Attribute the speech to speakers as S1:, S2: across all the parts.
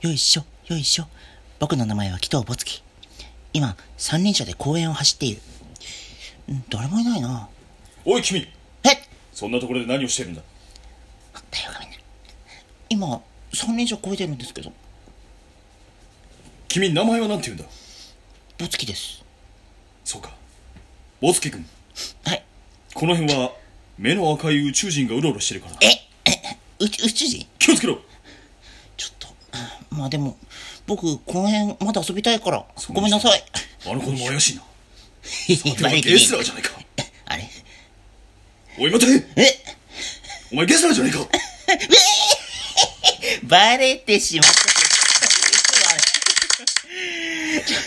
S1: よいしょ、よいしょ。僕の名前は紀藤ぼつき。今、三輪車で公園を走っている。ん誰もいないな。
S2: おい君
S1: え
S2: そんなところで何をしてるんだ
S1: だよがみんな。今、三輪車超えてるんですけど、
S2: 君名前は何て言うんだ
S1: ぼつきです。
S2: そうかボツキ君
S1: はい。
S2: この辺は目の赤い宇宙人がうろうろしてるから
S1: ええ宇宙宇宙人
S2: 気をつけろ
S1: ちょっと、まあでも、僕、この辺まだ遊びたいから、
S2: そう
S1: ごめんなさい。
S2: あの子供怪しいな
S1: い
S2: お前ゲスラーじゃないか
S1: あれ
S2: おい待て
S1: え
S2: お前ゲスラーじゃないか
S1: バレてしまった。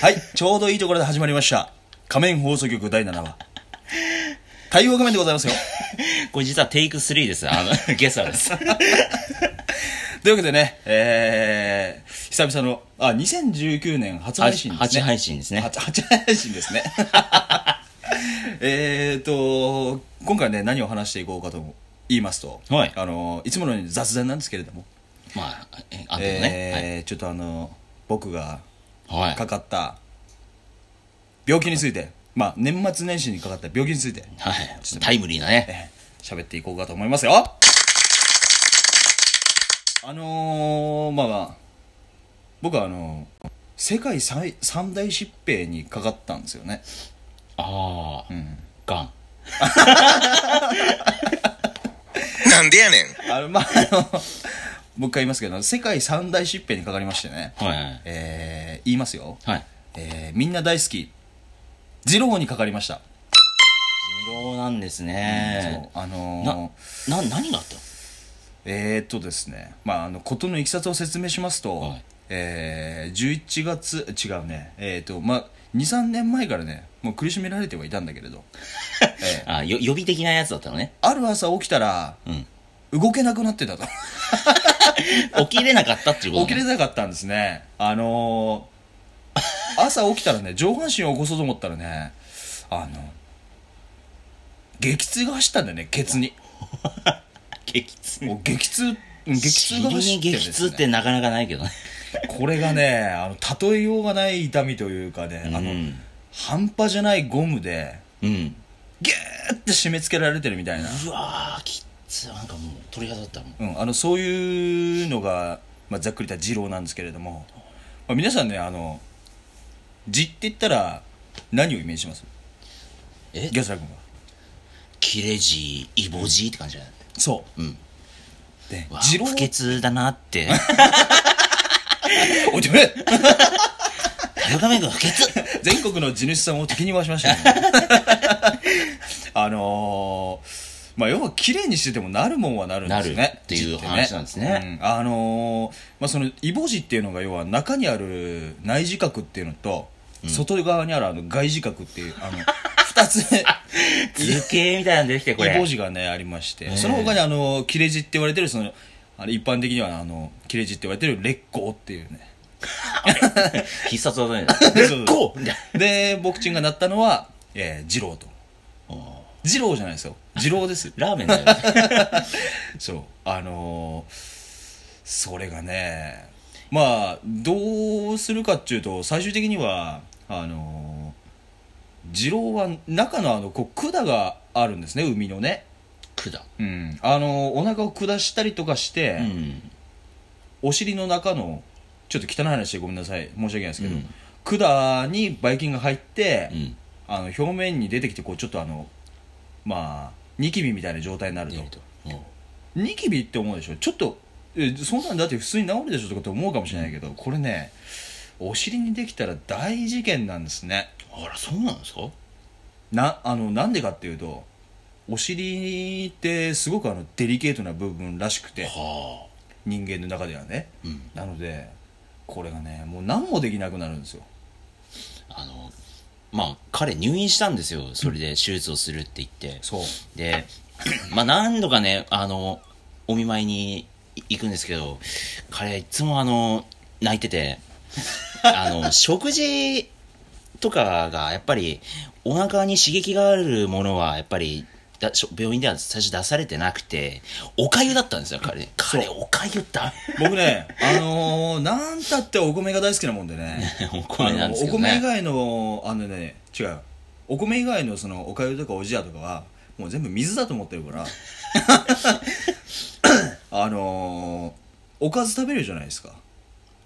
S2: はいちょうどいいところで始まりました仮面放送局第7話太陽仮面でございますよ
S1: これ実はテイク3です。あの、ゲスラーです。
S2: というわけでねえー、久々のあ2019年初配信ですね
S1: 初配信ですね。
S2: 初初配信ですね えっと今回ね何を話していこうかと言いますと、
S1: はい
S2: あのいつものように雑談なんですけれども、
S1: まあ、えあと
S2: え
S1: ね、
S2: ーちょっとあの僕が
S1: はい。は
S2: か
S1: い。
S2: かった病気についてまあ年末年始にかかった病気について
S1: はい。タイムリーなね。
S2: えー喋っていこうかと思いますよあのー、まあまあ僕はあのー世界最三大疾病にかかったんですよね
S1: ああ、ガン。
S3: なんでやねん。
S2: あの、まあ、あの、もう一回言いますけど、世界三大疾病にかかりましてね、
S1: はいはい。
S2: えー、言いますよ。
S1: はい。
S2: えー、みんな大好き、二郎にかかりました。
S1: 二郎なんですね。
S2: そうあの
S1: な
S2: ー、、
S1: な、何があったの
S2: えー、っとですね、まあ、あの、ことのいきさつを説明しますと、
S1: はい
S2: えー、11月、違うね、えー、っと、まあ、2、3年前からね、もう苦しめられてはいたんだけれ ど、えー
S1: あ、よ、予備的なやつだったのね。
S2: ある朝起きたら、
S1: うん。
S2: 動けなくなってたと。
S1: 起きれなかったっていうこと
S2: 起きれなかったんですねあのー 朝起きたらね上半身を起こそうと思ったらねあの激痛が走ったんだよねケツに
S1: 激痛。
S2: もう激痛うん激痛が走って
S1: 尻
S2: る
S1: に
S2: ん
S1: 激
S2: で
S1: 痛
S2: す、
S1: っ
S2: ね、
S1: てなかなかないけどね。
S2: これがねあの例えようがない痛みというかね、あ
S1: う
S2: の
S1: ん
S2: 半端じゃないゴムで
S1: うん。
S2: ギューって締め付けられてるみたいな、
S1: うわー、きっつ。なんかもう鳥肌だったもん。
S2: うん、あのそういうのが、まあ、ざっくり言った二郎なんですけれども、まあ、皆さんねあの字って言ったら何をイメージします
S1: え
S2: ギャスラ君は
S1: 切れ字、イボ字って感じだよね。
S2: そう、
S1: うん
S2: で
S1: わあ
S2: 二郎
S1: 不潔だなって。
S2: おいてめえ
S1: 田中面君不潔
S2: 全国の地主さんを敵に回しましたねあのーまあ要は綺麗にしててもなるもんはなるんですよ
S1: なる
S2: ね
S1: っていう
S2: 字ね
S1: 話なんですね
S2: うんあのーまあそのイボ痔っていうのが要は中にある内耳角っていうのと、外側にあるあの外耳角っていう あの二つね
S1: 図形みたいなの出てきて、こ
S2: イ
S1: れ。
S2: ボ痔がねありましてその他にあの切れ痔って言われてるそのあれ一般的にはあの切れ痔って言われてる劣行っていうね
S1: 必殺技ね。こ
S2: こ
S1: うみたい
S2: で僕ちんがなったのは、えー、二郎と二郎じゃないですよ二郎です
S1: なラーメン だよね。
S2: そうあのーそれがねまあどうするかっていうと最終的にはあのー二郎は中のあのこう管があるんですね海のね
S1: くだ。
S2: うんあのーお腹を下したりとかして、
S1: うん。
S2: お尻の中のちょっと汚い話でごめんなさい申し訳ないですけど、管にばい菌が入って、
S1: うん。
S2: あの表面に出てきてこうちょっとあのまあニキビみたいな状態になると
S1: 出ると。うん
S2: ニキビって思うでしょちょっとえそんなんだって普通に治るでしょとかって思うかもしれないけどこれねお尻にできたら大事件なんですね
S1: あら、そうなんですか
S2: なあのなんでかっていうとお尻ってすごくあのデリケートな部分らしくて
S1: は
S2: 人間の中ではね、
S1: あ。うん。
S2: なのでこれがねもう何もできなくなるんですよ
S1: あの、まあ、彼入院したんですよ。それで手術をするって言って。
S2: そう
S1: で、まあ、何度かね、あの、お見舞いに行くんですけど、彼いつもあの、泣いてて、あの、食事とかが、やっぱり、お腹に刺激があるものは、やっぱり、だしょ病院では最初出されてなくて、おかゆだったんですよ、彼。彼、おかゆダ
S2: 僕ね、あのー、なんたってお米が大好きなもんでね。
S1: メ。 お米なんですけど
S2: あのお米以
S1: ね。
S2: 外の、あのね、違う。お米以外のそのおかゆとかおじやとかは、もう全部水だと思ってる から。あのー、おかず食べるじゃないですか。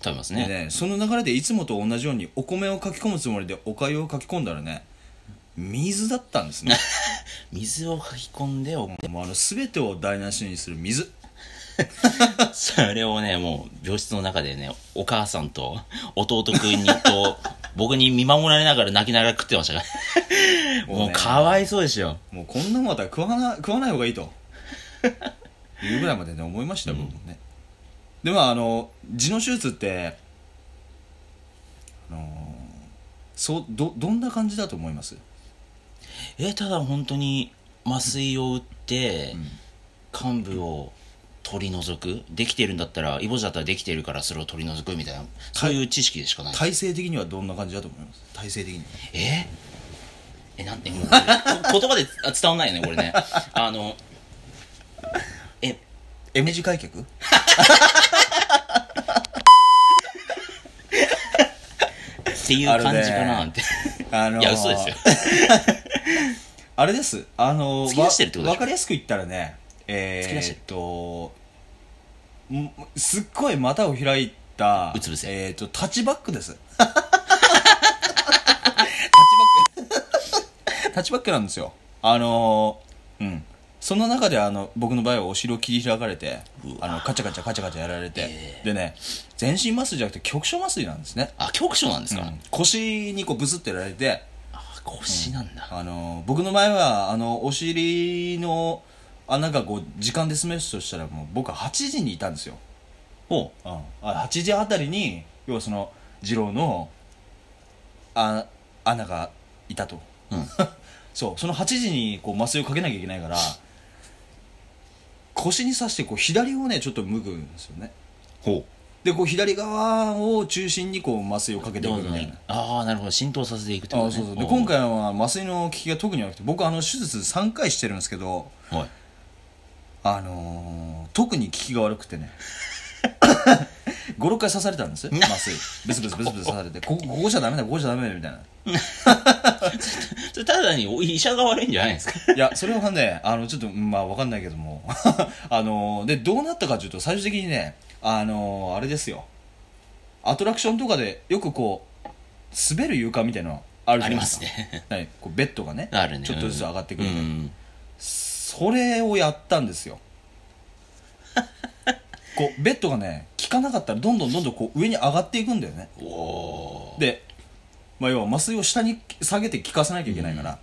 S1: 食べます
S2: で
S1: ね。
S2: ね、その流れでいつもと同じようにお米を書き込むつもりでおかゆを書き込んだらね、水だったんで すね。
S1: 水を書き込んで、お
S2: もうあの、すべてを台無しにする水。
S1: それをね、もう、病室の中でね、お母さんと、弟くんに と、僕に見守られながら泣きながら食ってましたから。
S2: もうね
S1: もう、かわいそうですよ。
S2: もうこんなもんだったら食わな食わない方がいいと いうぐらいまでね思いましたよ、僕もねでもあの痔の手術ってあのそうどどんな感じだと思います
S1: え、ただ本当に、麻酔を打って、患部を取り除く。できてるんだったら、イボジだったらできてるから、それを取り除くみたいな、そういう知識でしかない。
S2: 体制的にはどんな感じだと思います体制的には
S1: ええなんて もう言葉であ伝わんないよねこれねあのえ
S2: M 字開脚
S1: っていう感じかなって、
S2: あの
S1: いや嘘ですよ
S2: あれですあの
S1: 突き出してるってことでしょ
S2: わわかりやすく言ったらねえ
S1: 突き出して
S2: ー、
S1: る
S2: っとんすっごい股を開いた
S1: うつ伏せ
S2: えー、っとタッチバッ クですタッチバックタッチバックなんですよあのうんその中であの僕の場合はお尻を切り開かれてあのカチャカチャカチャカチャやられて、でね全身麻酔じゃなくて局所麻酔なんですね、
S1: あ局所なんですか、
S2: うん腰にこうブスってやられて
S1: あ腰なんだ、
S2: あの僕の前はあのお尻の穴がこう時間で示すとしたらもう僕は8時にいたんですよ、
S1: ほ
S2: うん、あ8時あたりに要はその次郎のあ穴がいたと、
S1: うん
S2: そうその8時にこう麻酔をかけなきゃいけないから腰に刺してこう左をねちょっと向くんですよね
S1: ほ
S2: でこう左側を中心にこう麻酔をかけていく
S1: どう
S2: み
S1: ぞ
S2: たい
S1: ね
S2: な
S1: ああなるほど浸透させていくってこと
S2: あ
S1: ね
S2: そうそう
S1: ほ
S2: で
S1: う
S2: 今回は麻酔の効きが特に悪くて僕あの手術3回してるんですけど
S1: はい
S2: あのー、特に効きが悪くてね56回刺された んですよ麻酔ブスブスブスブス刺されてここここじゃダメだここじゃダメだみたいな
S1: それただにお医者が悪いんじゃないですか
S2: いやそれはねあのちょっとうんまあわかんないけども あのー、でどうなったかというと最終的にねあのー、あれですよアトラクションとかでよくこう滑る床みたいなのあるじ
S1: あ
S2: ゃ
S1: り
S2: な
S1: ま
S2: いです
S1: す
S2: か
S1: ね
S2: はい、こうベッドがね
S1: あるね
S2: ちょっとずつ上がってく
S1: う
S2: るみたいなんそれをやったんですよこうベッドがね効かなかったらどんどんどんどんこう上に上がっていくんだよね
S1: おおー
S2: で、まあ、要は麻酔を下に下げて効かさなきゃいけないから、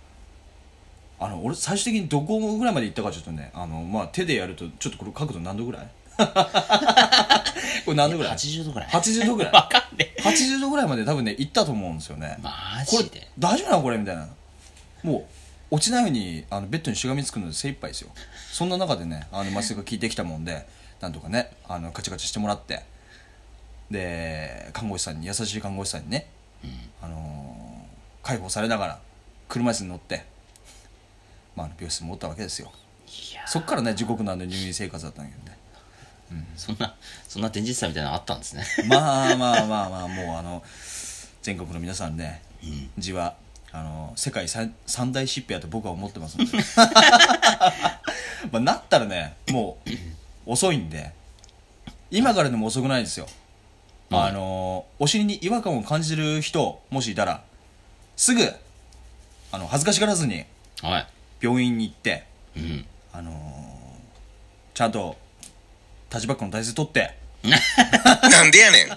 S2: あの俺最終的にどこぐらいまで行ったかちょっとねあの、まあ、手でやるとちょっとこれ角度何度ぐらい これ何度ぐらい
S1: 80度ぐらい
S2: 80度ぐらい
S1: わかんねえ
S2: 80度ぐらいまで多分ね行ったと思うんですよね
S1: マ
S2: これ
S1: ジで
S2: 大丈夫なのこれみたいなもう落ちないようにあのベッドにしがみつくので精一杯ですよそんな中でねあの麻酔が効いてきたもんでなんとかねあのカチカチしてもらってで看護師さんに優しい看護師さんにね、あのー解放されながら車椅子に乗って、まあ、あの病室に戻ったわけですよ
S1: いや
S2: そっからね地獄のあの入院生活だったんだけどね
S1: そんなそんな展示室みたいなのあったんですね
S2: まあまあまあまあもうあの全国の皆さんね字はあの世界三三大疾病やと僕は思ってますのでまあなったらねもう遅いんで今からでも遅くないですよ、
S1: はい
S2: あのお尻に違和感を感じる人もしいたらすぐあの恥ずかしがらずに
S1: は
S2: 病院に行って
S1: いうん
S2: あのちゃんとタッチバックの体勢取って
S3: なんでやねん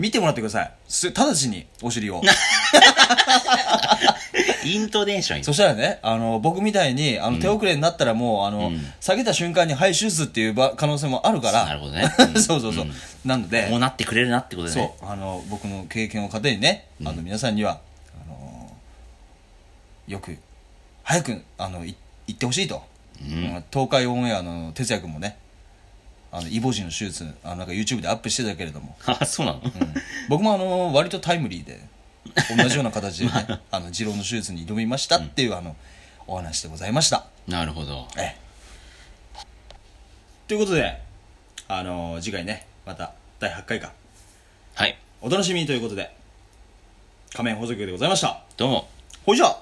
S2: 見てもらってくださいす直ちにお尻を
S1: イントネーション
S2: そしたらね、あの、僕みたいに、あの、手遅れになったらもう、あの、
S1: うん
S2: 下げた瞬間に、はい、手術っていうば可能性もあるから。
S1: なるほど ねうん
S2: そうそうそう。
S1: うん
S2: なので
S1: こう、なってくれるなってことで
S2: そ
S1: ね
S2: う、あの、僕の経験を糧にね、あの、皆さんには、あの、よく、早く、あの、い行ってほしいと。うん東海オンエアの哲也君もね、あの、イボジの手術、あの、なんか YouTube でアップしてたけれども、
S1: あそうなの、
S2: 僕もあの割 とタイムリーで同じような形でねあの二郎の手術に挑みましたっていうあのお話でございました。
S1: なるほど
S2: ええということで、あのー次回ね、また第8回か、
S1: はい
S2: お楽しみにということで、仮面補足でございました。
S1: どうも
S2: ほいじゃあ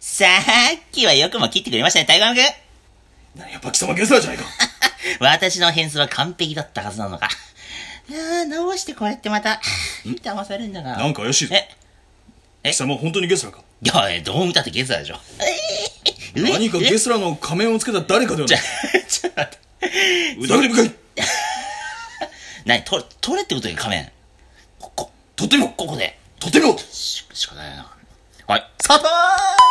S1: さっきはよくも切ってくれましたねタイガー君
S2: なやっぱ貴様ゲスだじゃ ないか。
S1: 私の変数は完璧だったはずなのか ああどうしてこれってまた騙されるんだが
S2: なんか怪しいぞ。
S1: ええ
S2: 貴様本当にゲスラか。
S1: いやえどう見たってゲスだでしょえー
S2: 何かゲスラの仮面をつけた誰かではない。
S1: ちょっと待って
S2: 疑り深い。
S1: 何取れ取れってことで仮面ここ
S2: とても、
S1: ここで
S2: とても。
S1: ししかないなはいスタートー